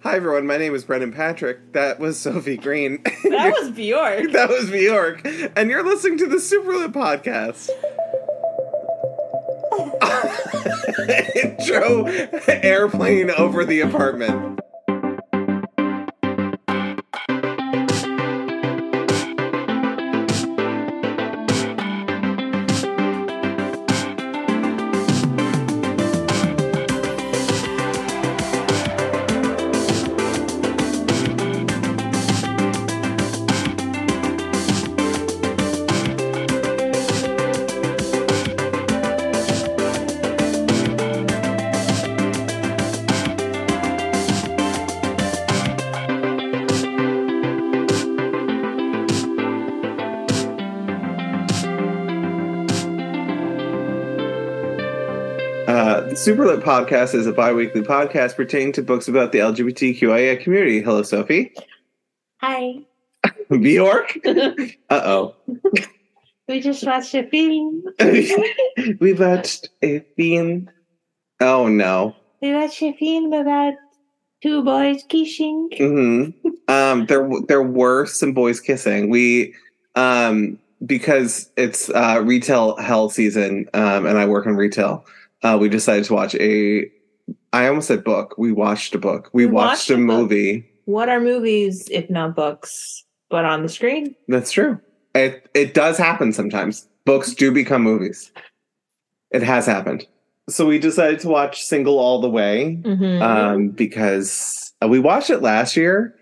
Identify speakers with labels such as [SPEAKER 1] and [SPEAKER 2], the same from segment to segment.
[SPEAKER 1] Hi everyone, my name is Brendan Patrick. That was Sophie Green.
[SPEAKER 2] That was Bjork.
[SPEAKER 1] that was Bjork, and you're listening to the Superlit podcast. Intro airplane over the apartment. Uh, the Superlit podcast is a bi-weekly podcast pertaining to books about the LGBTQIA community. Hello, Sophie.
[SPEAKER 3] Hi.
[SPEAKER 1] Bjork. Uh
[SPEAKER 3] We just watched a film.
[SPEAKER 1] oh. we watched a film. Oh no.
[SPEAKER 3] We watched a film about two boys kissing.
[SPEAKER 1] hmm Um, there there were some boys kissing. We um, because it's uh, retail hell season, um, and I work in retail. Uh, we decided to watch a. I almost said book. We watched a book. We,
[SPEAKER 2] We
[SPEAKER 1] watched,
[SPEAKER 2] watched
[SPEAKER 1] a
[SPEAKER 2] a book.
[SPEAKER 1] movie.
[SPEAKER 2] What are movies if not books, but on the screen?
[SPEAKER 1] That's true. It it does happen sometimes. Books do become movies. It has happened. So we decided to watch Single All the Way
[SPEAKER 2] Mm-hmm.
[SPEAKER 1] um, because uh, we watched it last year,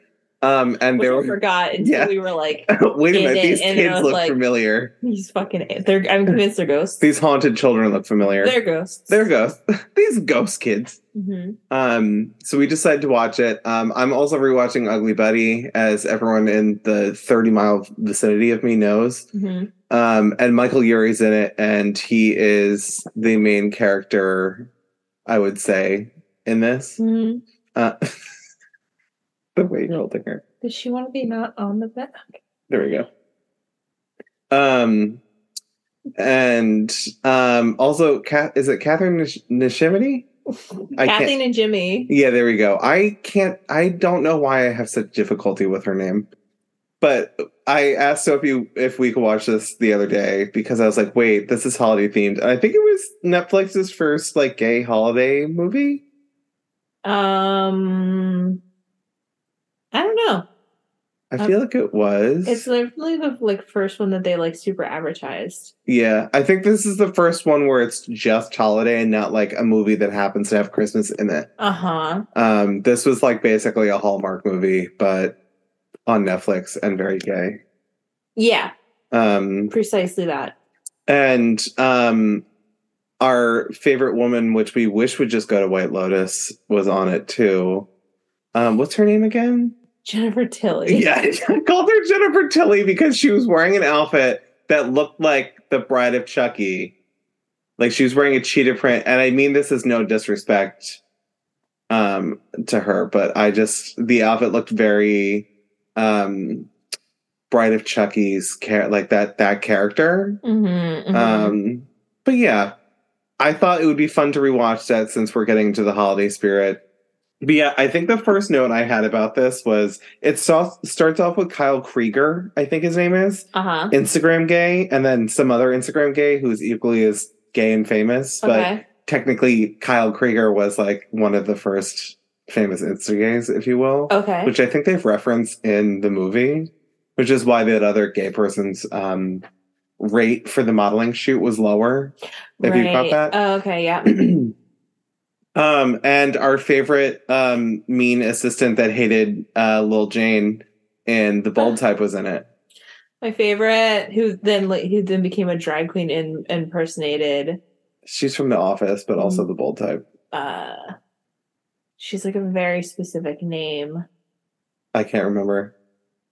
[SPEAKER 1] um, and
[SPEAKER 2] Which
[SPEAKER 1] there
[SPEAKER 2] I
[SPEAKER 1] were
[SPEAKER 2] forgot until
[SPEAKER 1] Yeah.
[SPEAKER 2] we were like,
[SPEAKER 1] Wait a
[SPEAKER 2] And
[SPEAKER 1] minute,
[SPEAKER 2] then-
[SPEAKER 1] these
[SPEAKER 2] and then I
[SPEAKER 1] kids
[SPEAKER 2] was
[SPEAKER 1] look
[SPEAKER 2] like-
[SPEAKER 1] familiar.
[SPEAKER 2] these fucking. They're. I'm convinced they're ghosts.
[SPEAKER 1] These haunted children look familiar.
[SPEAKER 2] They're
[SPEAKER 1] They're,
[SPEAKER 2] ghosts.
[SPEAKER 1] ghosts. these ghost kids.
[SPEAKER 2] Mhm.
[SPEAKER 1] Um, so we decided to watch it. Um, I'm also rewatching Ugly Betty, as everyone in the 30 mile vicinity of me knows.
[SPEAKER 2] Mhm.
[SPEAKER 1] Um, and Michael Yuri's in it, and he is the main character, I would say, in this.
[SPEAKER 2] Mhm.
[SPEAKER 1] Uh, the way you're holding her.
[SPEAKER 2] Does she want to be not on the bed?
[SPEAKER 1] There we go. Um, and um, also, Ca- is it Catherine Nish- Nishimini? I can't-
[SPEAKER 2] Kathleen and Jimmy.
[SPEAKER 1] Yeah, there we go. I can't. I don't know why I have such difficulty with her name, but I asked Sophie if we could watch this the other day because I was like, "Wait, this is holiday themed." And I think it was Netflix's first like gay holiday movie.
[SPEAKER 2] Um, I don't know.
[SPEAKER 1] I
[SPEAKER 2] Uh,
[SPEAKER 1] feel like it was.
[SPEAKER 2] It's literally the like first one that they like super advertised.
[SPEAKER 1] Yeah, I think this is the first one where it's just holiday and not like a movie that happens to have Christmas in it.
[SPEAKER 2] Uh huh.
[SPEAKER 1] Um, this was like basically a Hallmark movie, but on Netflix and very gay.
[SPEAKER 2] Yeah,
[SPEAKER 1] Um,
[SPEAKER 2] precisely that.
[SPEAKER 1] and um, our favorite woman, which we wish would just go to White Lotus, was on it too. Um, what's her name again?
[SPEAKER 2] Jennifer Tilly.
[SPEAKER 1] Yeah, I called her Jennifer Tilly because she was wearing an outfit that looked like the Bride of Chucky. Like she was wearing a cheetah print, and I mean this is no disrespect um to her, but I just the outfit looked very um Bride of Chucky's care like that that character.
[SPEAKER 2] Mm-hmm,
[SPEAKER 1] Um but yeah, I thought it would be fun to rewatch that since we're getting into the holiday spirit. But yeah, I think the first note I had about this was it so- starts off with Kyle Krieger, I think his name is,
[SPEAKER 2] uh huh.
[SPEAKER 1] Instagram gay, and then some other Instagram gay who's equally as gay and famous. But
[SPEAKER 2] Okay.
[SPEAKER 1] technically, Kyle Krieger was like one of the first famous Insta gays, if you will,
[SPEAKER 2] Okay.
[SPEAKER 1] which I think they've referenced in the movie, which is why that other gay person's um, rate for the modeling shoot was lower. Have you caught that?
[SPEAKER 2] Oh, okay. Yeah.
[SPEAKER 1] um, and our favorite um, mean assistant that hated uh, Lil Jane and the bold type was in it.
[SPEAKER 2] My favorite, who then like, who then became a drag queen and impersonated.
[SPEAKER 1] She's from The Office, but also the bold type.
[SPEAKER 2] uh She's like a very specific name.
[SPEAKER 1] I can't remember.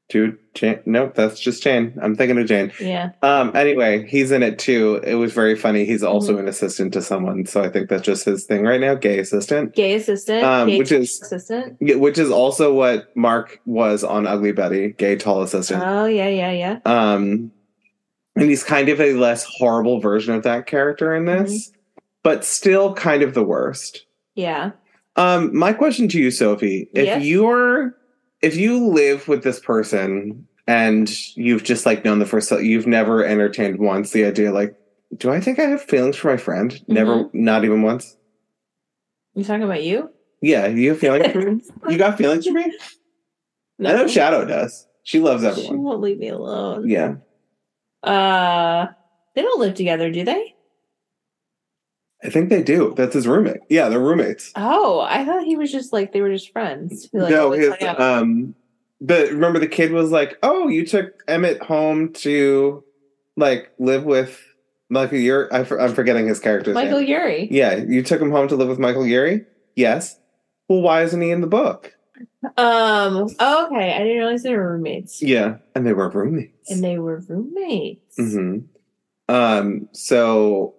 [SPEAKER 1] Dude, Jane? Nope, that's just Jane. I'm thinking of Jane.
[SPEAKER 2] Yeah.
[SPEAKER 1] Um, anyway, he's in it too. It was very funny. He's also an assistant to someone, so I think that's just his thing right now. Gay assistant,
[SPEAKER 2] Gay assistant.
[SPEAKER 1] um,
[SPEAKER 2] gay
[SPEAKER 1] which is
[SPEAKER 2] assistant.
[SPEAKER 1] yeah, which is also what Mark was on Ugly Betty. Gay tall assistant.
[SPEAKER 2] Oh yeah, yeah, yeah.
[SPEAKER 1] um and he's kind of a less horrible version of that character in this but still kind of the worst
[SPEAKER 2] Yeah.
[SPEAKER 1] Um, my question to you, Sophie, if
[SPEAKER 2] Yes.
[SPEAKER 1] you're if you live with this person and you've just like known the first you've never entertained once the idea like, do I think I have feelings for my friend? Never not even once.
[SPEAKER 2] You talking about you?
[SPEAKER 1] Yeah, you have feelings for me? You got feelings for me? I know Shadow does. She loves
[SPEAKER 2] She
[SPEAKER 1] everyone.
[SPEAKER 2] won't leave me alone.
[SPEAKER 1] Yeah.
[SPEAKER 2] Uh, they don't live together, do they?
[SPEAKER 1] I think they do. That's his roommate. Yeah, they're roommates.
[SPEAKER 2] Oh, I thought he was just like they were just friends. He, like, "Oh,
[SPEAKER 1] no,
[SPEAKER 2] always
[SPEAKER 1] his
[SPEAKER 2] hung out.
[SPEAKER 1] um the remember the kid was like, Oh, you took Emmett home to like live with Michael Yuri. I, am forgetting his character's
[SPEAKER 2] Michael
[SPEAKER 1] name.
[SPEAKER 2] Yuri.
[SPEAKER 1] Yeah, you took him home to live with Michael Yuri? Yes. Well, why isn't he in the book?
[SPEAKER 2] Um. oh, okay, I didn't realize they were roommates.
[SPEAKER 1] Yeah. And they were roommates.
[SPEAKER 2] And they were roommates.
[SPEAKER 1] hmm Um, so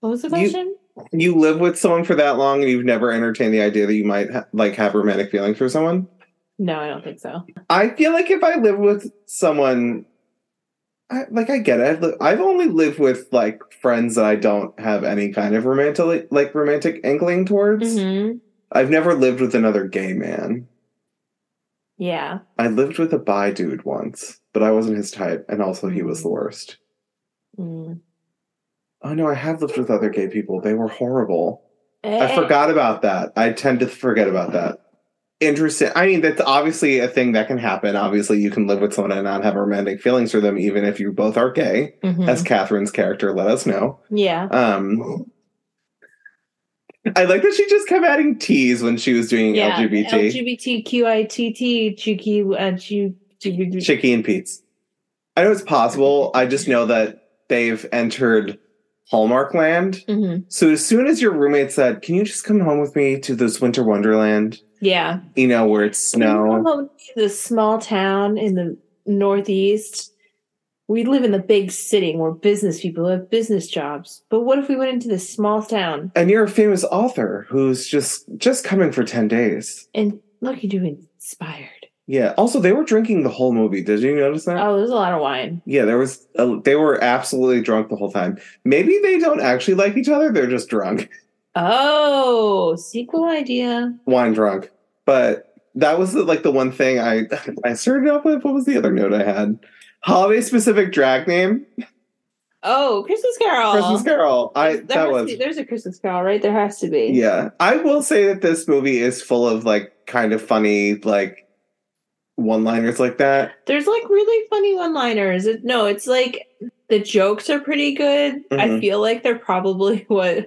[SPEAKER 2] What was the
[SPEAKER 1] You-
[SPEAKER 2] question?
[SPEAKER 1] you live with someone for that long and you've never entertained the idea that you might ha- like have romantic feelings for someone?
[SPEAKER 2] No, I don't think so.
[SPEAKER 1] I feel like if I live with someone, I, like I get it. I've, li- I've only lived with like friends that I don't have any kind of romantic like romantic inkling towards.
[SPEAKER 2] hmm
[SPEAKER 1] I've never lived with another gay man.
[SPEAKER 2] Yeah.
[SPEAKER 1] I lived with a bi dude once, but I wasn't his type, and also he was the worst.
[SPEAKER 2] Mm.
[SPEAKER 1] Oh no, I have lived with other gay people. They were horrible.
[SPEAKER 2] Eh.
[SPEAKER 1] I forgot about that. I tend to forget about that. Interesting. I mean, that's obviously a thing that can happen. Obviously, you can live with someone and not have romantic feelings for them, even if you both are gay,
[SPEAKER 2] Mhm.
[SPEAKER 1] as Catherine's character let us know.
[SPEAKER 2] Yeah.
[SPEAKER 1] Um, I like that she just kept adding T's when she was doing
[SPEAKER 2] yeah.
[SPEAKER 1] LGBT.
[SPEAKER 2] LGBTQITT, cheeky, uh, chew- chew- chew-
[SPEAKER 1] Chicky and Pete's. I know it's possible. I just know that they've entered Hallmark land.
[SPEAKER 2] Mhm.
[SPEAKER 1] So as soon as your roommate said, "Can you just come home with me to this winter wonderland?"
[SPEAKER 2] Yeah.
[SPEAKER 1] you know, where it's snow.
[SPEAKER 2] The small town in the Northeast. We live in the big city and we're business people who have business jobs. But what if we went into this small town
[SPEAKER 1] And you're a famous author who's just just coming for 10 days.
[SPEAKER 2] and look, you do inspired?
[SPEAKER 1] Yeah. Also, they were drinking the whole movie. Did you notice that?
[SPEAKER 2] Oh, there's a lot of wine.
[SPEAKER 1] yeah, there was a, they were absolutely drunk the whole time. Maybe they don't actually like each other, they're just drunk.
[SPEAKER 2] Oh, sequel idea.
[SPEAKER 1] Wine drunk. But that was the, like the one thing I I started off with. What was the other note I had? Holiday specific drag name?
[SPEAKER 2] Oh, Christmas Carol.
[SPEAKER 1] Christmas Carol. I
[SPEAKER 2] There
[SPEAKER 1] that
[SPEAKER 2] has to
[SPEAKER 1] was
[SPEAKER 2] be- there's a Christmas Carol, right? There has to be.
[SPEAKER 1] Yeah, I will say that this movie is full of like kind of funny like one-liners like that.
[SPEAKER 2] There's like really funny one liners. It, no, it's like the jokes are pretty good. I
[SPEAKER 1] Mhm.
[SPEAKER 2] feel like there probably was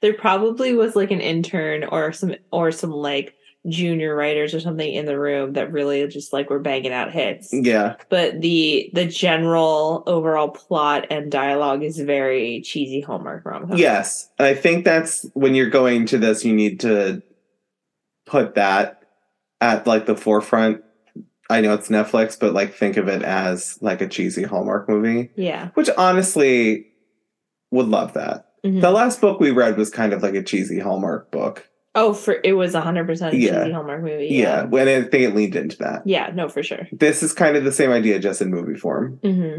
[SPEAKER 2] there probably was like an intern or some or some like junior writers or something in the room that really just like were banging out hits.
[SPEAKER 1] Yeah,
[SPEAKER 2] But the the general overall plot and dialogue is very cheesy Hallmark rom com.
[SPEAKER 1] yes, and I think that's when you're going to this, you need to put that at like the forefront. I know it's Netflix, but like think of it as like a cheesy Hallmark movie,
[SPEAKER 2] Yeah.
[SPEAKER 1] which honestly would love that.
[SPEAKER 2] Mhm.
[SPEAKER 1] The last book we read was kind of like a cheesy Hallmark book.
[SPEAKER 2] Oh, for it was 100% a
[SPEAKER 1] Yeah.
[SPEAKER 2] cheesy Hallmark movie.
[SPEAKER 1] Yeah, when I think it leaned into that.
[SPEAKER 2] Yeah, no, for sure.
[SPEAKER 1] This is kind of the same idea, just in movie form.
[SPEAKER 2] hmm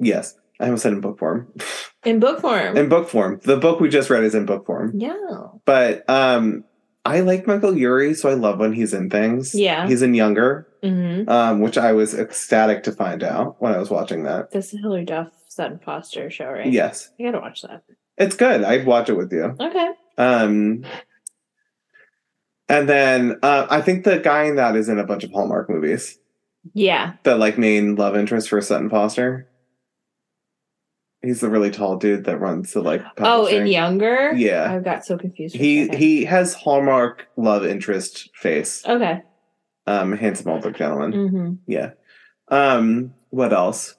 [SPEAKER 1] Yes. I almost said in book form.
[SPEAKER 2] In book form.
[SPEAKER 1] In book form. The book we just read is in book form.
[SPEAKER 2] yeah.
[SPEAKER 1] But um I like Michael Yuri, so I love when he's in things.
[SPEAKER 2] Yeah.
[SPEAKER 1] He's in Younger,
[SPEAKER 2] hmm
[SPEAKER 1] um, which I was ecstatic to find out when I was watching that.
[SPEAKER 2] That's the Hillary Duff Sutton Foster show, right?
[SPEAKER 1] Yes.
[SPEAKER 2] I gotta watch that.
[SPEAKER 1] It's good. I'd watch it with you.
[SPEAKER 2] Okay.
[SPEAKER 1] Um and then uh, I think the guy in that is in a bunch of Hallmark movies.
[SPEAKER 2] Yeah.
[SPEAKER 1] The like main love interest for Sutton Foster. He's the really tall dude that runs the like
[SPEAKER 2] Oh,
[SPEAKER 1] publishing.
[SPEAKER 2] in Younger?
[SPEAKER 1] Yeah.
[SPEAKER 2] I got so confused. for a
[SPEAKER 1] He
[SPEAKER 2] second.
[SPEAKER 1] he has hallmark love interest face.
[SPEAKER 2] Okay.
[SPEAKER 1] Um, handsome older gentleman.
[SPEAKER 2] hmm
[SPEAKER 1] Yeah. Um, what else?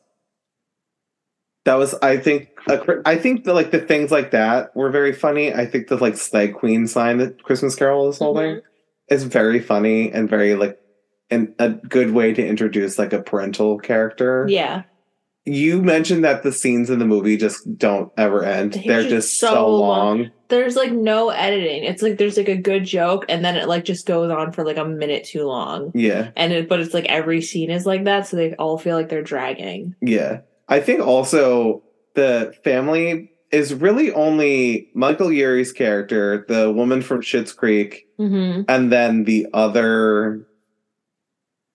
[SPEAKER 1] That was I think a cri- I think the like the things like that were very funny. I think the like Slay Queen sign that Christmas Carol is holding is very funny and very like and a good way to introduce like a parental character.
[SPEAKER 2] Yeah.
[SPEAKER 1] You mentioned that the scenes in the movie just don't ever end.
[SPEAKER 2] They're
[SPEAKER 1] They're
[SPEAKER 2] just
[SPEAKER 1] just,
[SPEAKER 2] so
[SPEAKER 1] so,
[SPEAKER 2] long.
[SPEAKER 1] long.
[SPEAKER 2] There's like no editing. It's like there's like a good joke and then it like just goes on for like a minute too long.
[SPEAKER 1] Yeah.
[SPEAKER 2] And it, but it's like every scene is like that, so they all feel like they're dragging.
[SPEAKER 1] Yeah. I think also the family is really only Michael Yuri's character, the woman from Schitt's Creek,
[SPEAKER 2] hmm
[SPEAKER 1] and then the other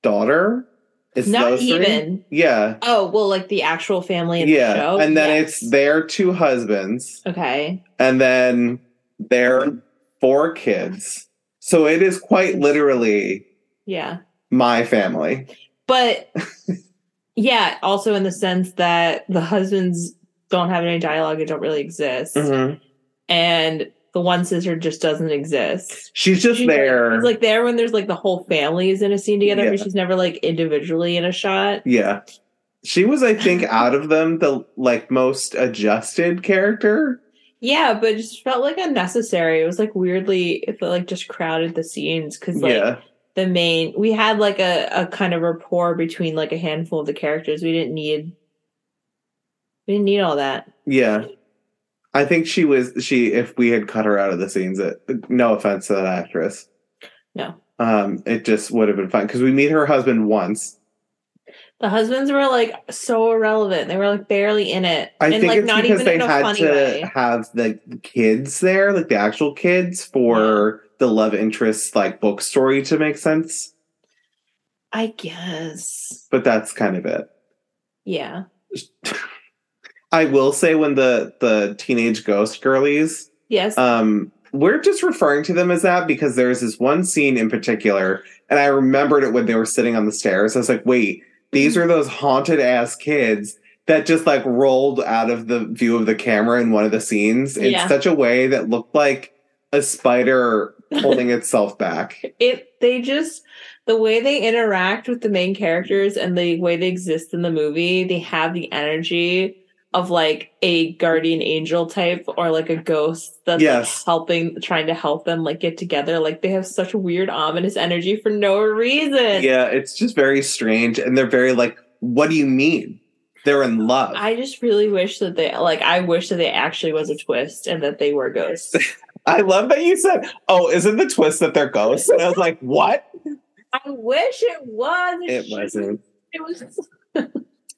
[SPEAKER 1] daughter. It's
[SPEAKER 2] Not
[SPEAKER 1] those three?
[SPEAKER 2] even.
[SPEAKER 1] Yeah.
[SPEAKER 2] Oh well, like the actual family in
[SPEAKER 1] yeah.
[SPEAKER 2] the show.
[SPEAKER 1] And then
[SPEAKER 2] Yes.
[SPEAKER 1] it's their two husbands
[SPEAKER 2] okay.
[SPEAKER 1] and then their four kids. So it is quite literally
[SPEAKER 2] Yeah,
[SPEAKER 1] my family.
[SPEAKER 2] but yeah, also in the sense that the husbands don't have any dialogue; they don't really exist,
[SPEAKER 1] Mm-hmm.
[SPEAKER 2] and the one sister just doesn't exist.
[SPEAKER 1] She's just
[SPEAKER 2] She's like-
[SPEAKER 1] there.
[SPEAKER 2] she's, like there when there's like the whole family is in a scene together, but
[SPEAKER 1] Yeah.
[SPEAKER 2] she's never like individually in a shot.
[SPEAKER 1] Yeah. She was, I think, out of them the like most adjusted character.
[SPEAKER 2] Yeah, but it just felt like unnecessary. It was like weirdly, it felt like just crowded the scenes because like
[SPEAKER 1] yeah.
[SPEAKER 2] the main we had like a, a kind of rapport between like a handful of the characters we didn't need we didn't need all that
[SPEAKER 1] Yeah. I think she was she if we had cut her out of the scenes it, no offense to that actress.
[SPEAKER 2] No.
[SPEAKER 1] Um it just would have been fun cuz we meet her husband once.
[SPEAKER 2] the husbands were like so irrelevant they were like barely in it
[SPEAKER 1] I think
[SPEAKER 2] like
[SPEAKER 1] it's because they had to have the kids there, like the actual kids for the love interest like book story to make sense,
[SPEAKER 2] i guess
[SPEAKER 1] but that's kind of it.
[SPEAKER 2] yeah
[SPEAKER 1] I will say when the the teenage ghost girlies
[SPEAKER 2] yes
[SPEAKER 1] um we're just referring to them as that because there's this one scene in particular and i remembered it when they were sitting on the stairs i was like wait these are those haunted ass kids that just like rolled out of the view of the camera in one of the scenes in
[SPEAKER 2] Yeah.
[SPEAKER 1] such a way that looked like a spider pulling itself back
[SPEAKER 2] it they just the way they interact with the main characters and the way they exist in the movie they have the energy of like a guardian angel type or like a ghost that's
[SPEAKER 1] Yes.
[SPEAKER 2] like helping trying to help them like get together like they have such weird ominous energy for no reason
[SPEAKER 1] yeah it's just very strange and they're very like what do you mean they're in love
[SPEAKER 2] i just really wish that they like i wish that they actually was a twist and that they were ghosts
[SPEAKER 1] i love that you said oh isn't the twist that they're ghosts and i was like what
[SPEAKER 2] i wish it was
[SPEAKER 1] it
[SPEAKER 2] shouldn't-
[SPEAKER 1] wasn't
[SPEAKER 2] it was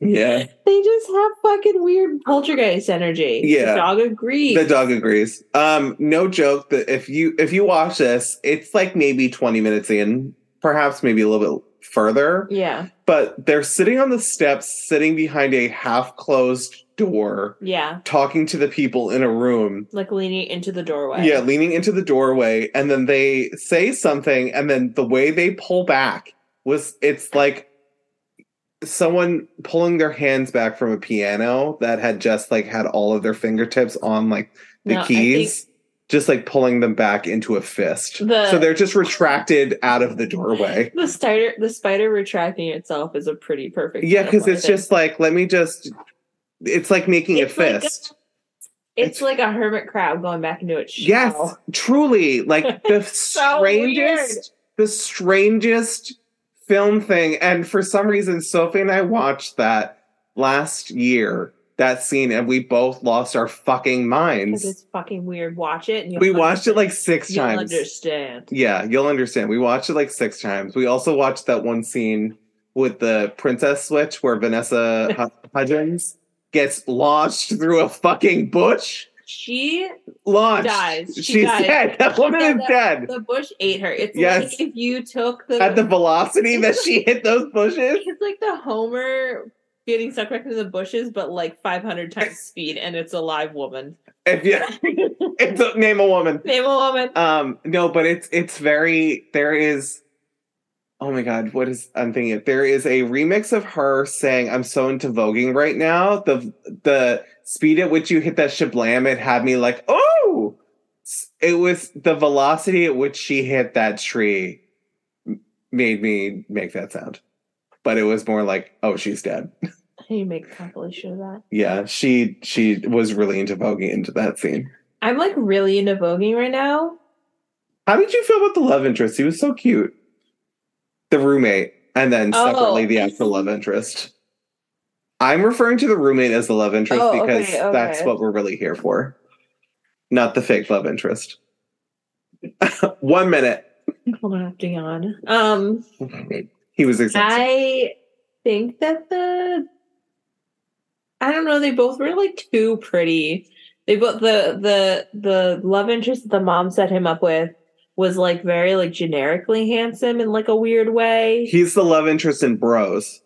[SPEAKER 1] yeah
[SPEAKER 2] they just have fucking weird poltergeist energy
[SPEAKER 1] Yeah.
[SPEAKER 2] the dog agrees
[SPEAKER 1] The dog agrees. Um, no joke. That if you if you watch this, it's like maybe twenty minutes in, perhaps maybe a little bit further.
[SPEAKER 2] yeah
[SPEAKER 1] But they're sitting on the steps, sitting behind a half closed door,
[SPEAKER 2] yeah
[SPEAKER 1] talking to the people in a room.
[SPEAKER 2] like leaning into the doorway.
[SPEAKER 1] Yeah, leaning into the doorway, and then they say something, and then the way they pull back was it's like someone pulling their hands back from a piano that had just like had all of their fingertips on like the
[SPEAKER 2] No, I
[SPEAKER 1] keys, just like pulling them back into a fist.
[SPEAKER 2] The-
[SPEAKER 1] so they're just retracted out of the doorway.
[SPEAKER 2] think The spider, the spider retracting itself is a pretty perfect.
[SPEAKER 1] Yeah, because
[SPEAKER 2] example, I
[SPEAKER 1] it's
[SPEAKER 2] think.
[SPEAKER 1] just like let me just. It's like making
[SPEAKER 2] It's
[SPEAKER 1] a
[SPEAKER 2] like a-
[SPEAKER 1] fist.
[SPEAKER 2] it's like a hermit crab going back into its shell.
[SPEAKER 1] Yes, truly. Like the
[SPEAKER 2] So
[SPEAKER 1] strangest, the strangest film thing. And for some reason, Sophie and I watched that last year, that scene, and we both lost our fucking
[SPEAKER 2] 'Cause
[SPEAKER 1] minds.
[SPEAKER 2] it's fucking weird. Watch it. And you'll
[SPEAKER 1] We watched it like
[SPEAKER 2] understand-
[SPEAKER 1] 6
[SPEAKER 2] you'll
[SPEAKER 1] times.
[SPEAKER 2] Understand?
[SPEAKER 1] Yeah, you'll understand. We watched it like six times. We also watched that one scene with the princess switch where Vanessa Hud- Hudgens gets launched through a fucking bush.
[SPEAKER 2] She,
[SPEAKER 1] Launched.
[SPEAKER 2] Dies. She
[SPEAKER 1] She's
[SPEAKER 2] dies.
[SPEAKER 1] dead. That woman
[SPEAKER 2] Yeah,
[SPEAKER 1] is
[SPEAKER 2] that-
[SPEAKER 1] dead.
[SPEAKER 2] the bush ate her. It's
[SPEAKER 1] Yes.
[SPEAKER 2] like if you took the,
[SPEAKER 1] at the velocity that she hit those bushes.
[SPEAKER 2] it's like the Homer getting sucked back into the bushes, but like 500 times speed, and it's a live woman.
[SPEAKER 1] If you it's a, name a woman.
[SPEAKER 2] Name a woman.
[SPEAKER 1] Um, no, but it's it's very there is oh my god, what is I'm thinking of, there is a remix of her saying, I'm so into voguing right now. The the speed at which you hit that shablam, it had me like, oh it was the velocity at which she hit that tree m- made me make that sound. But it was more like, oh, she's dead.
[SPEAKER 2] Can you make a compilation of that?
[SPEAKER 1] yeah she she was really into voguing into that scene
[SPEAKER 2] I'm like really into voguing right now.
[SPEAKER 1] how did you feel about the love interest he was so cute the roommate and then
[SPEAKER 2] Oh.
[SPEAKER 1] separately the actual love interest i'm referring to the roommate as the love interest
[SPEAKER 2] Oh, okay,
[SPEAKER 1] because that's
[SPEAKER 2] okay.
[SPEAKER 1] what we're really here for not the fake love interest one minute
[SPEAKER 2] Hold on, I have to yawn. Um,
[SPEAKER 1] he was exhausted.
[SPEAKER 2] I think that the I don't know. They both were like too pretty They both the the the love interest that the mom set him up with was like very like generically handsome in like a weird way.
[SPEAKER 1] He's the love interest in Bros.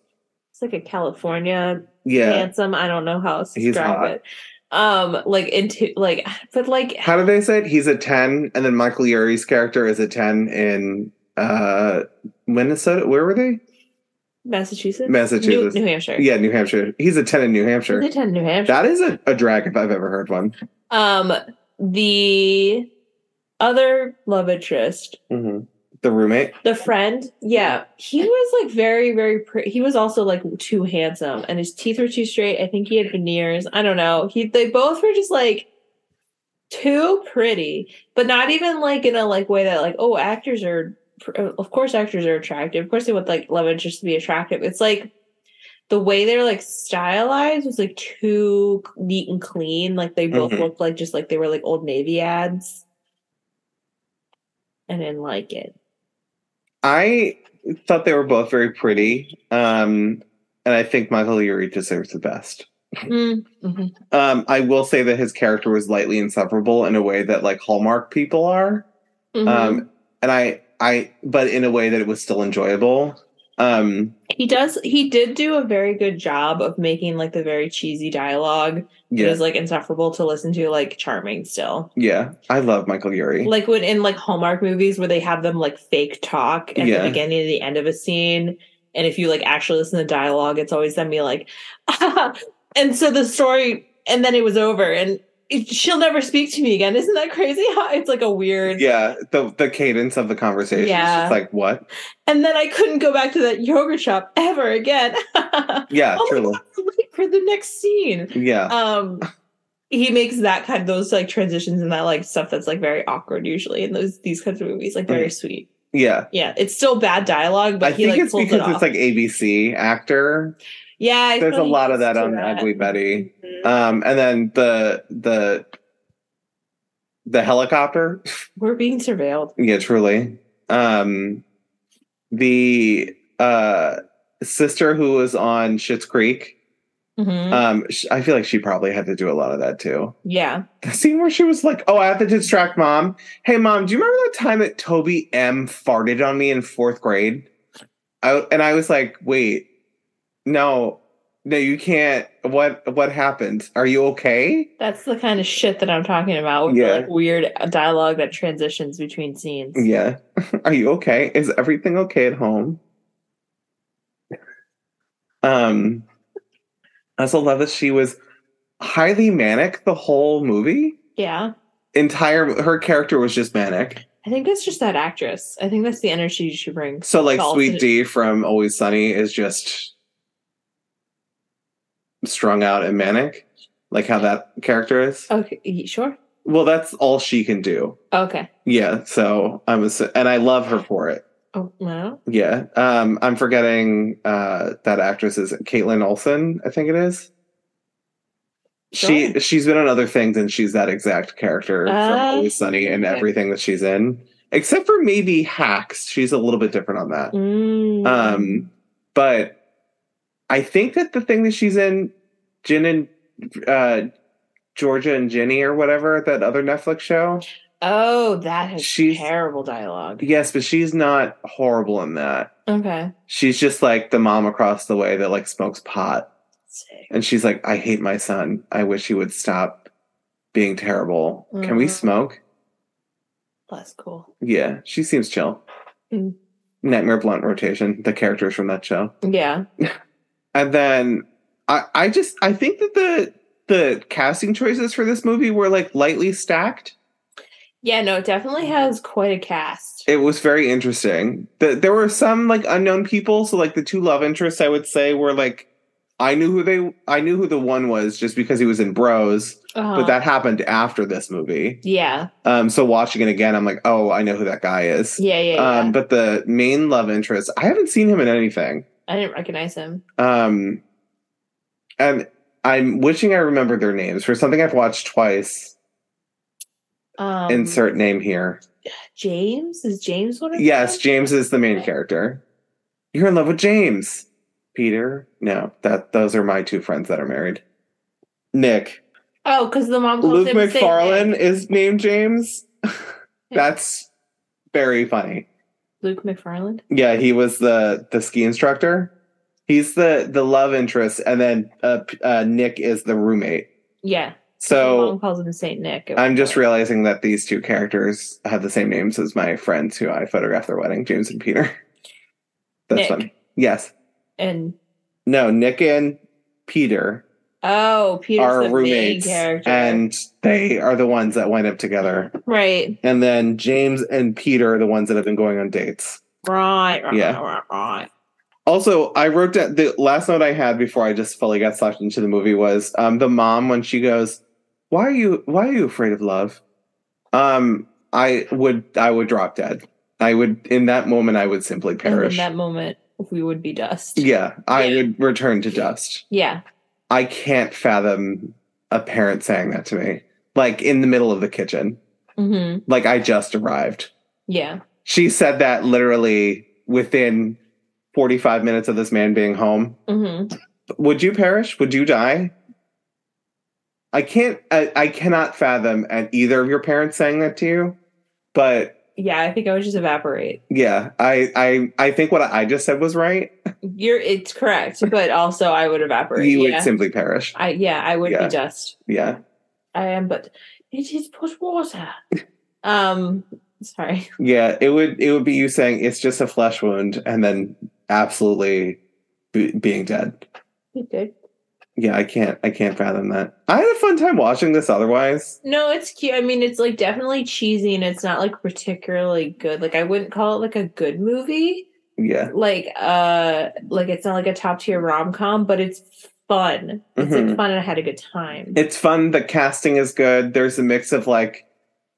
[SPEAKER 2] It's like a California
[SPEAKER 1] Yeah.
[SPEAKER 2] handsome. I don't know how else to
[SPEAKER 1] He's hot.
[SPEAKER 2] describe it. Um, like into like, but like
[SPEAKER 1] How do they say it? He's a 10, and then Michael Yuri's character is a 10 in uh Minnesota. Where were they?
[SPEAKER 2] Massachusetts,
[SPEAKER 1] Massachusetts.
[SPEAKER 2] New, New Hampshire.
[SPEAKER 1] Yeah, New Hampshire. He's a 10 in New
[SPEAKER 2] They
[SPEAKER 1] Hampshire.
[SPEAKER 2] attend New Hampshire.
[SPEAKER 1] That is a, a drag if I've ever heard one.
[SPEAKER 2] um, the other love interest
[SPEAKER 1] The roommate.
[SPEAKER 2] The friend, yeah, he was like very, very. Pre- he was also like too handsome, and his teeth were too straight. I think he had veneers. I don't know. He they both were just like too pretty, but not even like in a like way that like oh actors are. pr- Of course, actors are attractive. Of course, they want like love interest to be attractive. It's like the way they're like stylized was like too neat and clean. Like they both
[SPEAKER 1] Mhm.
[SPEAKER 2] looked like just like they were like old navy ads. I didn't like it.
[SPEAKER 1] I thought they were both very pretty. Um, and I think Michael Yuri deserves the best.
[SPEAKER 2] Mm, mhm.
[SPEAKER 1] Um, I will say that his character was lightly insufferable in a way that like Hallmark people are.
[SPEAKER 2] Mhm.
[SPEAKER 1] Um, and I, I, but in a way that it was still enjoyable. Um,
[SPEAKER 2] he does he did do a very good job of making like the very cheesy dialogue it
[SPEAKER 1] yeah,
[SPEAKER 2] was like insufferable to listen to like charming still
[SPEAKER 1] yeah. I love Michael Yuri.
[SPEAKER 2] like when in like hallmark movies where they have them like fake talk at
[SPEAKER 1] Yeah.
[SPEAKER 2] the beginning and the end of a scene and if you like actually listen to dialogue it's always them be like and so the story and then it was over and it, she'll never speak to me again isn't that crazy how it's like a weird
[SPEAKER 1] yeah, the the cadence of the conversation.
[SPEAKER 2] Yeah.
[SPEAKER 1] It's just like what?
[SPEAKER 2] and then i couldn't go back to that yogurt shop ever again
[SPEAKER 1] Yeah,
[SPEAKER 2] Oh my
[SPEAKER 1] truly.
[SPEAKER 2] wait for the next scene
[SPEAKER 1] Yeah,
[SPEAKER 2] um he makes that kind those like transitions and that like stuff that's like very awkward usually in those these kinds of movies like very sweet
[SPEAKER 1] yeah.
[SPEAKER 2] yeah it's still bad dialogue but
[SPEAKER 1] Mm. I
[SPEAKER 2] he
[SPEAKER 1] think
[SPEAKER 2] like
[SPEAKER 1] it's
[SPEAKER 2] pulls
[SPEAKER 1] because
[SPEAKER 2] it off
[SPEAKER 1] it's like ABC actor.
[SPEAKER 2] yeah I
[SPEAKER 1] There's
[SPEAKER 2] feel
[SPEAKER 1] a
[SPEAKER 2] he
[SPEAKER 1] lot of that
[SPEAKER 2] does do
[SPEAKER 1] on Ugly Betty.
[SPEAKER 2] Mhm.
[SPEAKER 1] Um, and then the the the helicopter.
[SPEAKER 2] we're being surveilled
[SPEAKER 1] Yeah, truly. Um, the uh sister who was on Schitt's Creek.
[SPEAKER 2] Mhm.
[SPEAKER 1] Um, sh- I feel like she probably had to do a lot of that too.
[SPEAKER 2] yeah
[SPEAKER 1] The scene where she was like, "Oh, I have to distract mom." Hey, mom, do you remember that time that Toby M farted on me in fourth grade? I, and I was like, "Wait, no, no, you can't. What what happened? Are you okay?"
[SPEAKER 2] that's the kind of shit that i'm talking about with the,
[SPEAKER 1] Yeah.
[SPEAKER 2] like weird uh, dialogue that transitions between scenes
[SPEAKER 1] Yeah. Are you okay? Is everything okay at home? Um I also love that she was highly manic the whole movie.
[SPEAKER 2] yeah
[SPEAKER 1] Entire her character was just manic.
[SPEAKER 2] i think that's just that actress i think that's the energy she brings
[SPEAKER 1] So like
[SPEAKER 2] Well,
[SPEAKER 1] Sweet
[SPEAKER 2] it-
[SPEAKER 1] D from Always Sunny is just strung out and manic, like how that character is.
[SPEAKER 2] okay y- sure
[SPEAKER 1] Well, that's all she can do.
[SPEAKER 2] okay
[SPEAKER 1] Yeah, so I'm ass- and I love her for it.
[SPEAKER 2] oh no
[SPEAKER 1] Yeah. Um, I'm forgetting uh, that actress is Caitlin Olsen, I think it is. She
[SPEAKER 2] Sure.
[SPEAKER 1] she's been on other things and she's that exact character from
[SPEAKER 2] Ah,
[SPEAKER 1] Always Sunny and
[SPEAKER 2] okay.
[SPEAKER 1] everything that she's in. Except for maybe Hacks. She's a little bit different on that.
[SPEAKER 2] Mm.
[SPEAKER 1] Um, but I think that the thing that she's in, Jin and uh Georgia and Jenny or whatever, that other Netflix show.
[SPEAKER 2] Oh, that has
[SPEAKER 1] She's-
[SPEAKER 2] terrible dialogue.
[SPEAKER 1] Yes, but she's not horrible in that.
[SPEAKER 2] Okay.
[SPEAKER 1] she's just like the mom across the way that like smokes pot
[SPEAKER 2] Sick.
[SPEAKER 1] and she's like i hate my son i wish he would stop being terrible can we
[SPEAKER 2] Mhm.
[SPEAKER 1] smoke
[SPEAKER 2] That's cool.
[SPEAKER 1] yeah she seems chill
[SPEAKER 2] Mm.
[SPEAKER 1] nightmare blunt rotation the characters from that show
[SPEAKER 2] Yeah.
[SPEAKER 1] and then i i just i think that the the casting choices for this movie were like lightly stacked
[SPEAKER 2] Yeah, no, it definitely has quite a cast.
[SPEAKER 1] it was very interesting the, there were some like unknown people so like the two love interests i would say were like i knew who they i knew who the one was just because he was in bros
[SPEAKER 2] Uh-huh.
[SPEAKER 1] but that happened after this movie.
[SPEAKER 2] Yeah.
[SPEAKER 1] Um, so watching it again, I'm like, oh, I know who that guy is.
[SPEAKER 2] Yeah, yeah, yeah.
[SPEAKER 1] Um, but the main love interest, I haven't seen him in anything.
[SPEAKER 2] I didn't recognize him.
[SPEAKER 1] Um, and I'm wishing I remember their names for something I've watched twice.
[SPEAKER 2] Um,
[SPEAKER 1] Insert name here.
[SPEAKER 2] James? Is James one of
[SPEAKER 1] Yes,
[SPEAKER 2] them?
[SPEAKER 1] James is the main character. You're in love with James, Peter. No, that those are my two friends that are married. Nick.
[SPEAKER 2] Oh, because the mom calls
[SPEAKER 1] Luke
[SPEAKER 2] him Saint
[SPEAKER 1] McFarlane
[SPEAKER 2] Nick.
[SPEAKER 1] is named James. That's very funny.
[SPEAKER 2] Luke McFarlane.
[SPEAKER 1] Yeah, he was the the ski instructor. He's the the love interest, and then uh, P- uh, Nick is the roommate.
[SPEAKER 2] Yeah. the mom
[SPEAKER 1] So
[SPEAKER 2] calls him Saint Nick.
[SPEAKER 1] I'm just realizing that these two characters have the same names as my friends who I photographed their wedding, James and Peter. That's
[SPEAKER 2] Nick.
[SPEAKER 1] funny. Yes.
[SPEAKER 2] and
[SPEAKER 1] No, Nick and Peter
[SPEAKER 2] oh, Peter's
[SPEAKER 1] are
[SPEAKER 2] the main
[SPEAKER 1] roommates,
[SPEAKER 2] character,
[SPEAKER 1] and they are the ones that wind up together.
[SPEAKER 2] right,
[SPEAKER 1] And then James and Peter are the ones that have been going on dates.
[SPEAKER 2] right, right,
[SPEAKER 1] Yeah.
[SPEAKER 2] right, right.
[SPEAKER 1] Also, I wrote down the last note I had before I just fully got sucked into the movie was um, the mom when she goes, "Why are you Why are you afraid of love?" Um, I would I would drop dead. I would in that moment I would simply
[SPEAKER 2] And in
[SPEAKER 1] perish.
[SPEAKER 2] that moment, we would be dust.
[SPEAKER 1] yeah, I
[SPEAKER 2] Yeah.
[SPEAKER 1] would return to dust.
[SPEAKER 2] Yeah.
[SPEAKER 1] I can't fathom a parent saying that to me, like in the middle of the kitchen,
[SPEAKER 2] hmm
[SPEAKER 1] like I just arrived.
[SPEAKER 2] Yeah.
[SPEAKER 1] She said that literally within forty five minutes of this man being home.
[SPEAKER 2] hmm
[SPEAKER 1] would you perish would you die i can't i, I cannot fathom at either of your parents saying that to you but
[SPEAKER 2] Yeah. I think I would just evaporate.
[SPEAKER 1] yeah i i i think what i just said was right
[SPEAKER 2] You're. It's correct, but also I would evaporate.
[SPEAKER 1] you
[SPEAKER 2] yeah.
[SPEAKER 1] would simply perish
[SPEAKER 2] I yeah. I would
[SPEAKER 1] Yeah.
[SPEAKER 2] be dust.
[SPEAKER 1] yeah
[SPEAKER 2] I am, but it is put water. um. Sorry.
[SPEAKER 1] yeah it would it would be you saying it's just a flesh wound and then absolutely be, being dead
[SPEAKER 2] You did.
[SPEAKER 1] yeah i can't i can't fathom that i had a fun time watching this otherwise
[SPEAKER 2] No, it's cute. I mean, it's like definitely cheesy and it's not like particularly good. Like I wouldn't call it like a good movie.
[SPEAKER 1] yeah
[SPEAKER 2] Like uh like it's not like a top tier rom com, but it's fun. It's
[SPEAKER 1] Mhm.
[SPEAKER 2] like fun and I had a good time.
[SPEAKER 1] it's fun. The casting is good. There's a mix of like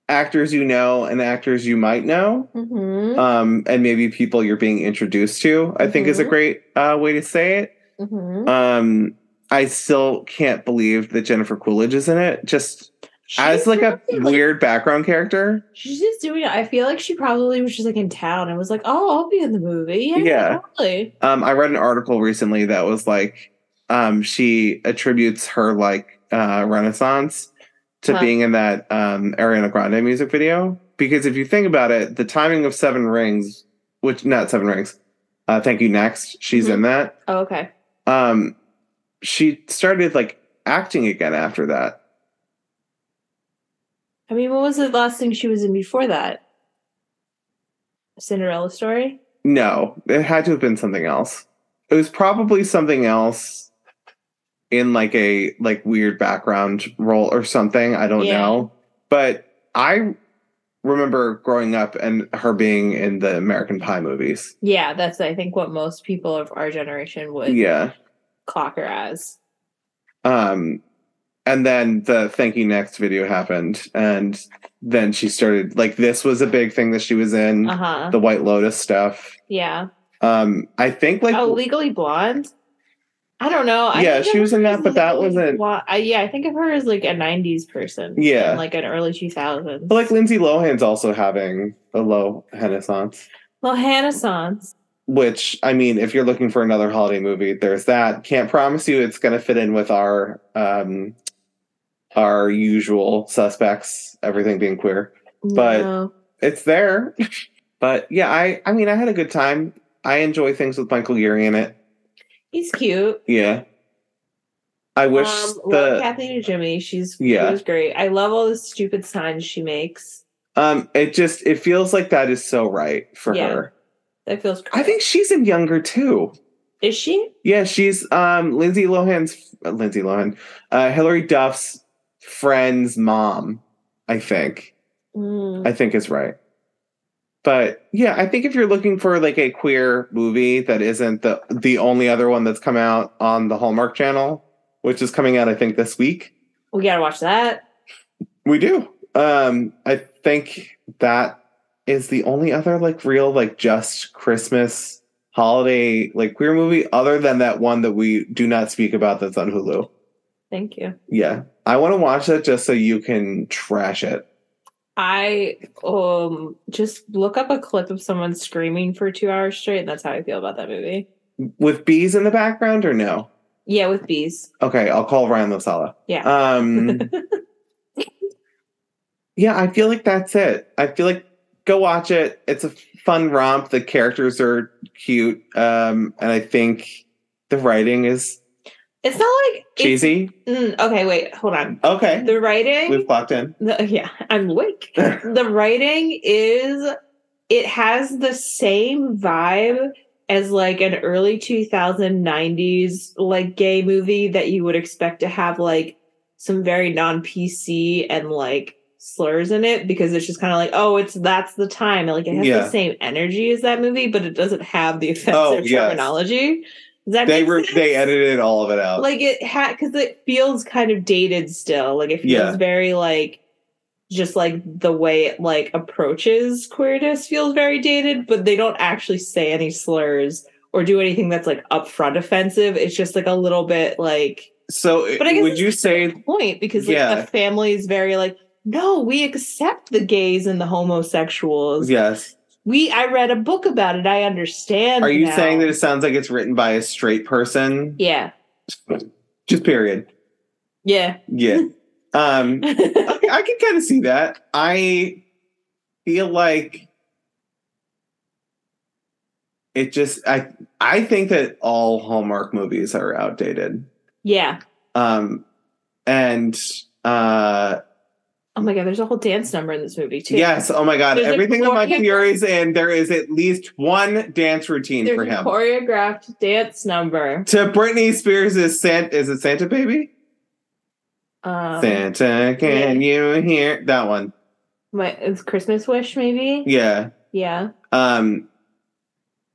[SPEAKER 1] actors you know and actors you might know,
[SPEAKER 2] hmm
[SPEAKER 1] um, and maybe people you're being introduced to. I think is a
[SPEAKER 2] Mhm.
[SPEAKER 1] great uh, way to say it.
[SPEAKER 2] hmm
[SPEAKER 1] Um, I still can't believe that Jennifer Coolidge is in it. Just as like a weird background character.
[SPEAKER 2] she's just doing it. I feel like she probably was just like in town and was like, "Oh, I'll be in the movie." Yeah,
[SPEAKER 1] Yeah.
[SPEAKER 2] totally.
[SPEAKER 1] Um, I read an article recently that was like um, she attributes her like uh, renaissance to
[SPEAKER 2] Huh.
[SPEAKER 1] being in that um, Ariana Grande music video because if you think about it, the timing of Seven Rings, which not Seven Rings, uh, thank you next, she's in that.
[SPEAKER 2] Oh, okay.
[SPEAKER 1] Um, she started like acting again after that.
[SPEAKER 2] I mean, what was the last thing she was in before that? Cinderella story.
[SPEAKER 1] No, it had to have been something else. It was probably something else in like a like weird background role or something. I don't
[SPEAKER 2] Yeah.
[SPEAKER 1] know. But I remember growing up and her being in the American Pie movies.
[SPEAKER 2] Yeah, that's I think what most people of our generation would
[SPEAKER 1] Yeah.
[SPEAKER 2] clock her as.
[SPEAKER 1] Um and then the Thank You Next video happened and then she started like this was a big thing that she was in.
[SPEAKER 2] Uh huh.
[SPEAKER 1] The White Lotus stuff.
[SPEAKER 2] Yeah.
[SPEAKER 1] Um I think like
[SPEAKER 2] Oh, Legally Blonde. I don't know. I
[SPEAKER 1] Yeah,
[SPEAKER 2] think of
[SPEAKER 1] she was
[SPEAKER 2] her
[SPEAKER 1] in
[SPEAKER 2] as
[SPEAKER 1] that, but that
[SPEAKER 2] Legally
[SPEAKER 1] wasn't-
[SPEAKER 2] Blonde- I, yeah, I think of her as like a '90s person.
[SPEAKER 1] Yeah.
[SPEAKER 2] and, like an early 2000s.
[SPEAKER 1] But like Lindsay Lohan's also having a low renaissance,
[SPEAKER 2] Lohannaissance.
[SPEAKER 1] which I mean, if you're looking for another holiday movie, there's that. Can't promise you it's going to fit in with our um our usual suspects, everything being queer. But-
[SPEAKER 2] No.
[SPEAKER 1] It's there, but yeah, I I mean, I had a good time. I enjoy things with Michael Geary in it.
[SPEAKER 2] he's cute.
[SPEAKER 1] Yeah, I wish
[SPEAKER 2] um,
[SPEAKER 1] the
[SPEAKER 2] love Kathy and Jimmy. She's
[SPEAKER 1] Yeah.
[SPEAKER 2] she was great. I love all the stupid signs she makes.
[SPEAKER 1] um it just it feels like that is so right for
[SPEAKER 2] Yeah.
[SPEAKER 1] her.
[SPEAKER 2] That feels. Correct.
[SPEAKER 1] I think she's in younger too.
[SPEAKER 2] is she?
[SPEAKER 1] Yeah, she's um Lindsay Lohan's uh, Lindsay Lohan, uh Hillary Duff's friend's mom, I think.
[SPEAKER 2] Mm.
[SPEAKER 1] I think is right. But yeah, I think if you're looking for like a queer movie that isn't the the only other one that's come out on the Hallmark channel, which is coming out I think this week,
[SPEAKER 2] we gotta watch that.
[SPEAKER 1] we do. Um I think that is the only other like real like just Christmas holiday like queer movie other than that one that we do not speak about that's on Hulu.
[SPEAKER 2] Thank you.
[SPEAKER 1] Yeah. I want to watch that just so you can trash it.
[SPEAKER 2] I um just look up a clip of someone screaming for two hours straight, and that's how I feel about that movie.
[SPEAKER 1] With bees in the background or no?
[SPEAKER 2] Yeah, with bees.
[SPEAKER 1] Okay, I'll call Ryan Losala.
[SPEAKER 2] Yeah.
[SPEAKER 1] Um, yeah, I feel like that's it. I feel like go watch it. It's a fun romp. The characters are cute, um, and I think the writing is
[SPEAKER 2] It's not like it's-
[SPEAKER 1] cheesy.
[SPEAKER 2] mm, okay, wait, hold on.
[SPEAKER 1] Okay,
[SPEAKER 2] The writing.
[SPEAKER 1] we've clocked in.
[SPEAKER 2] The, yeah, I'm awake. the writing is it has the same vibe as like an early 2090s like gay movie that you would expect to have like some very non-PC and like slurs in it because it's just kind of like oh it's that's the time and, like it has
[SPEAKER 1] Yeah.
[SPEAKER 2] the same energy as that movie but it doesn't have the offensive
[SPEAKER 1] Oh, yes.
[SPEAKER 2] terminology. Does that
[SPEAKER 1] They
[SPEAKER 2] make
[SPEAKER 1] were
[SPEAKER 2] sense?
[SPEAKER 1] they edited all of it out.
[SPEAKER 2] like it had because it feels kind of dated still like it feels
[SPEAKER 1] Yeah.
[SPEAKER 2] very like just like the way it like approaches queerness feels very dated but they don't actually say any slurs or do anything that's like upfront offensive it's just like a little bit like
[SPEAKER 1] so, uh,
[SPEAKER 2] But I guess
[SPEAKER 1] would
[SPEAKER 2] it's
[SPEAKER 1] you say
[SPEAKER 2] point because like
[SPEAKER 1] Yeah.
[SPEAKER 2] the family is very like no we accept the gays and the homosexuals
[SPEAKER 1] yes?
[SPEAKER 2] we i read a book about it i understand
[SPEAKER 1] Are you
[SPEAKER 2] now."
[SPEAKER 1] saying that it sounds like it's written by a straight person?
[SPEAKER 2] yeah
[SPEAKER 1] Just period.
[SPEAKER 2] yeah
[SPEAKER 1] Yeah. um, I, I can kind of see that. I feel like it just I I think that all Hallmark movies are outdated.
[SPEAKER 2] yeah
[SPEAKER 1] Um and uh
[SPEAKER 2] oh my god there's a whole dance number in this movie too
[SPEAKER 1] yes, oh my god,
[SPEAKER 2] There's a
[SPEAKER 1] everything that Mike
[SPEAKER 2] choreo-
[SPEAKER 1] Fury's in, there is at least one dance routine
[SPEAKER 2] There's
[SPEAKER 1] for
[SPEAKER 2] a
[SPEAKER 1] him.
[SPEAKER 2] choreographed dance number.
[SPEAKER 1] to Britney Spears is Santa is it Santa Baby?
[SPEAKER 2] Um,
[SPEAKER 1] Santa, can you hear that one?
[SPEAKER 2] my it's Christmas wish maybe.
[SPEAKER 1] Yeah.
[SPEAKER 2] Yeah.
[SPEAKER 1] Um,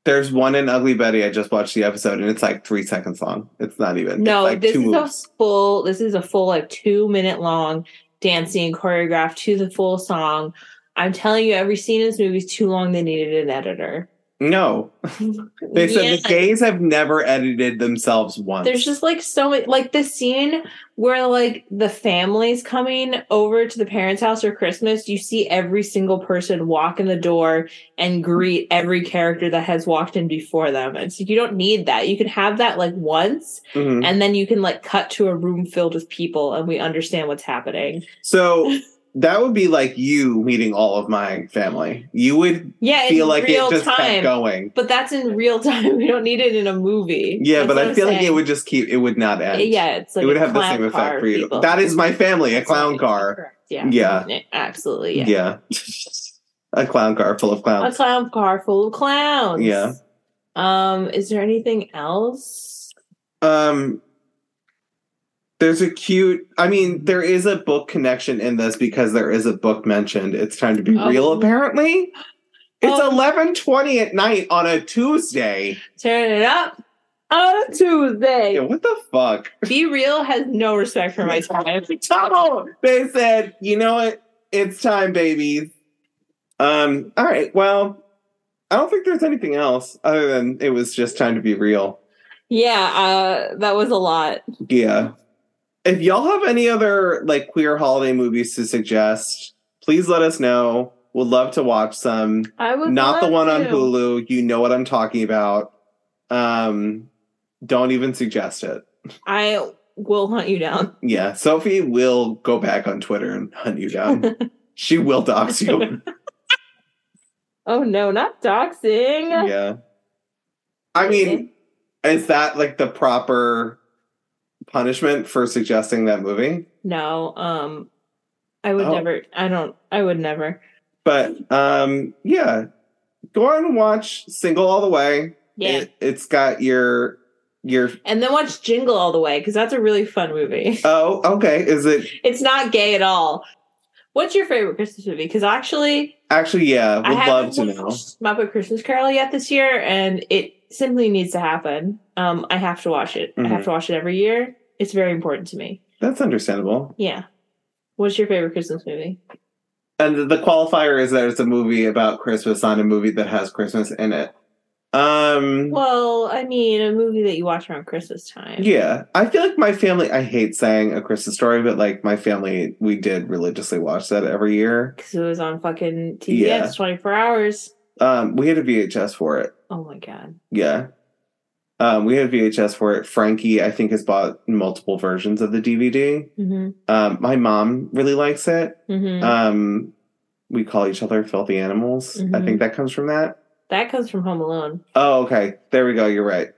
[SPEAKER 1] there's one in Ugly Betty. I just watched the episode, and it's like three seconds long. It's not even.
[SPEAKER 2] No,
[SPEAKER 1] it's like
[SPEAKER 2] this
[SPEAKER 1] two
[SPEAKER 2] is
[SPEAKER 1] moves.
[SPEAKER 2] a full. This is a full like two minute long dancing choreographed to the full song. I'm telling you, every scene in this movie is too long. They needed an editor.
[SPEAKER 1] no, they said the gays have never edited themselves once.
[SPEAKER 2] There's just like so many, like the scene where like the family's coming over to the parents' house for Christmas. You see every single person walk in the door and greet every character that has walked in before them. And so you don't need that. You can have that like once,
[SPEAKER 1] Mhm.
[SPEAKER 2] and then you can like cut to a room filled with people, and we understand what's happening.
[SPEAKER 1] so that would be like you meeting all of my family. You would
[SPEAKER 2] Yeah, it's
[SPEAKER 1] feel like it
[SPEAKER 2] real
[SPEAKER 1] just kept
[SPEAKER 2] time.
[SPEAKER 1] going.
[SPEAKER 2] But that's in real time. We don't need it in a movie.
[SPEAKER 1] Yeah,
[SPEAKER 2] That's
[SPEAKER 1] but
[SPEAKER 2] what
[SPEAKER 1] I
[SPEAKER 2] I'm
[SPEAKER 1] feel like it
[SPEAKER 2] saying.
[SPEAKER 1] would just keep. It would not end.
[SPEAKER 2] Yeah, it's like
[SPEAKER 1] it would
[SPEAKER 2] a
[SPEAKER 1] have the
[SPEAKER 2] clown
[SPEAKER 1] same
[SPEAKER 2] car,
[SPEAKER 1] effect for you.
[SPEAKER 2] people.
[SPEAKER 1] That is my family, a
[SPEAKER 2] That's what
[SPEAKER 1] clown
[SPEAKER 2] it-
[SPEAKER 1] car.
[SPEAKER 2] Correct. Yeah.
[SPEAKER 1] Yeah.
[SPEAKER 2] Absolutely. Yeah.
[SPEAKER 1] Yeah, a clown car full of
[SPEAKER 2] A
[SPEAKER 1] clowns.
[SPEAKER 2] clown car full of clowns.
[SPEAKER 1] Yeah.
[SPEAKER 2] Um, is there anything else?
[SPEAKER 1] um there's a cute i mean there is a book connection in this because there is a book mentioned it's time to be
[SPEAKER 2] Oh.
[SPEAKER 1] real apparently it's
[SPEAKER 2] Oh.
[SPEAKER 1] 11.20 at night on a tuesday
[SPEAKER 2] Turn it up on a Tuesday.
[SPEAKER 1] Yeah, what the fuck
[SPEAKER 2] Be real has no respect for my time.
[SPEAKER 1] Tuttle! they said you know what it's time babies um all right well i don't think there's anything else other than it was just time to be real
[SPEAKER 2] Yeah, uh, that was a lot.
[SPEAKER 1] Yeah. If y'all have any other like queer holiday movies to suggest, please let us know. Would love to watch some.
[SPEAKER 2] I would
[SPEAKER 1] Not the
[SPEAKER 2] love
[SPEAKER 1] one on
[SPEAKER 2] to.
[SPEAKER 1] Hulu. You know what I'm talking about. Um, don't even suggest it.
[SPEAKER 2] I will hunt you down.
[SPEAKER 1] Yeah, Sophie will go back on Twitter and hunt you down. she will dox you.
[SPEAKER 2] Oh no, not doxing.
[SPEAKER 1] Yeah. I mean, is that like the proper punishment for suggesting that movie?
[SPEAKER 2] No, um, I would
[SPEAKER 1] Oh.
[SPEAKER 2] never. I don't. I would never.
[SPEAKER 1] But um yeah. Go on and watch Single All the Way.
[SPEAKER 2] Yeah,
[SPEAKER 1] It, it's got your your
[SPEAKER 2] and then watch Jingle All the Way because that's a really fun movie.
[SPEAKER 1] Oh, okay. Is it
[SPEAKER 2] it's not gay at all. What's your favorite Christmas movie? Because actually,
[SPEAKER 1] actually yeah,
[SPEAKER 2] I
[SPEAKER 1] would love
[SPEAKER 2] haven't
[SPEAKER 1] to know.
[SPEAKER 2] watched Muppet Christmas Carol yet this year, and it simply needs to happen. Um, I have to watch it.
[SPEAKER 1] Mm-hmm.
[SPEAKER 2] I have to watch it every year. It's very important to me.
[SPEAKER 1] That's understandable.
[SPEAKER 2] Yeah. What's your favorite Christmas movie?
[SPEAKER 1] And the, the qualifier is that it's a movie about Christmas, not a movie that has Christmas in it. Um
[SPEAKER 2] Well, I mean, a movie that you watch around Christmas time.
[SPEAKER 1] yeah, I feel like my family. I hate saying a Christmas story, but like my family, we did religiously watch that every year.
[SPEAKER 2] Because it was on fucking TBS
[SPEAKER 1] Yeah.
[SPEAKER 2] 24 hours.
[SPEAKER 1] Um, we had a VHS for it.
[SPEAKER 2] Oh my God.
[SPEAKER 1] Yeah. Um, we have VHS for it. Frankie, I think, has bought multiple versions of the DVD.
[SPEAKER 2] Mm-hmm.
[SPEAKER 1] Um, my mom really likes it.
[SPEAKER 2] Mm-hmm.
[SPEAKER 1] Um, we call each other filthy animals. I
[SPEAKER 2] Mhm.
[SPEAKER 1] think that comes from that.
[SPEAKER 2] that comes from Home Alone.
[SPEAKER 1] Oh, okay. There we go. You're right.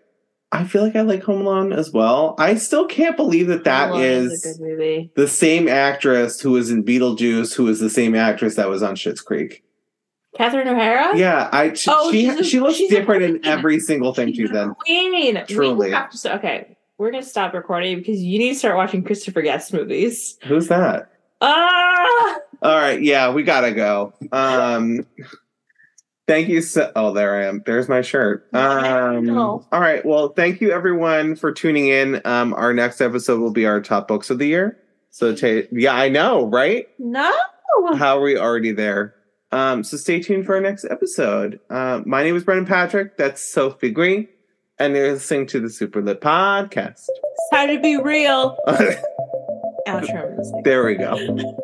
[SPEAKER 1] I feel like I like Home Alone as well. I still can't believe that that
[SPEAKER 2] Home Alone
[SPEAKER 1] is
[SPEAKER 2] a good movie.
[SPEAKER 1] the same actress who was in Beetlejuice, who was the same actress that was on Schitt's Creek.
[SPEAKER 2] Catherine O'Hara.
[SPEAKER 1] Yeah, I she
[SPEAKER 2] Ah. Oh,
[SPEAKER 1] she,
[SPEAKER 2] she's a-
[SPEAKER 1] she looks
[SPEAKER 2] she's a
[SPEAKER 1] different in
[SPEAKER 2] queen.
[SPEAKER 1] every single thing she's in.
[SPEAKER 2] Queen.
[SPEAKER 1] Truly.
[SPEAKER 2] We have to, stop- okay, we're gonna stop recording because you need to start watching Christopher Guest movies.
[SPEAKER 1] Who's that?
[SPEAKER 2] Ah,
[SPEAKER 1] All right, yeah, we gotta go. Um, thank you so. Oh, there I am. There's my shirt. Um,
[SPEAKER 2] Wow.
[SPEAKER 1] all right. Well, thank you everyone for tuning in. Um, our next episode will be our top books of the year. So, ta- yeah, I know, right?
[SPEAKER 2] no. Oh.
[SPEAKER 1] How are we already there? Um, so stay tuned for our next episode. Uh, my name is Brendan Patrick. That's Sophie Green. And you're listening to the Super Lit Podcast.
[SPEAKER 2] It's time to be real. Outro music.
[SPEAKER 1] there we go.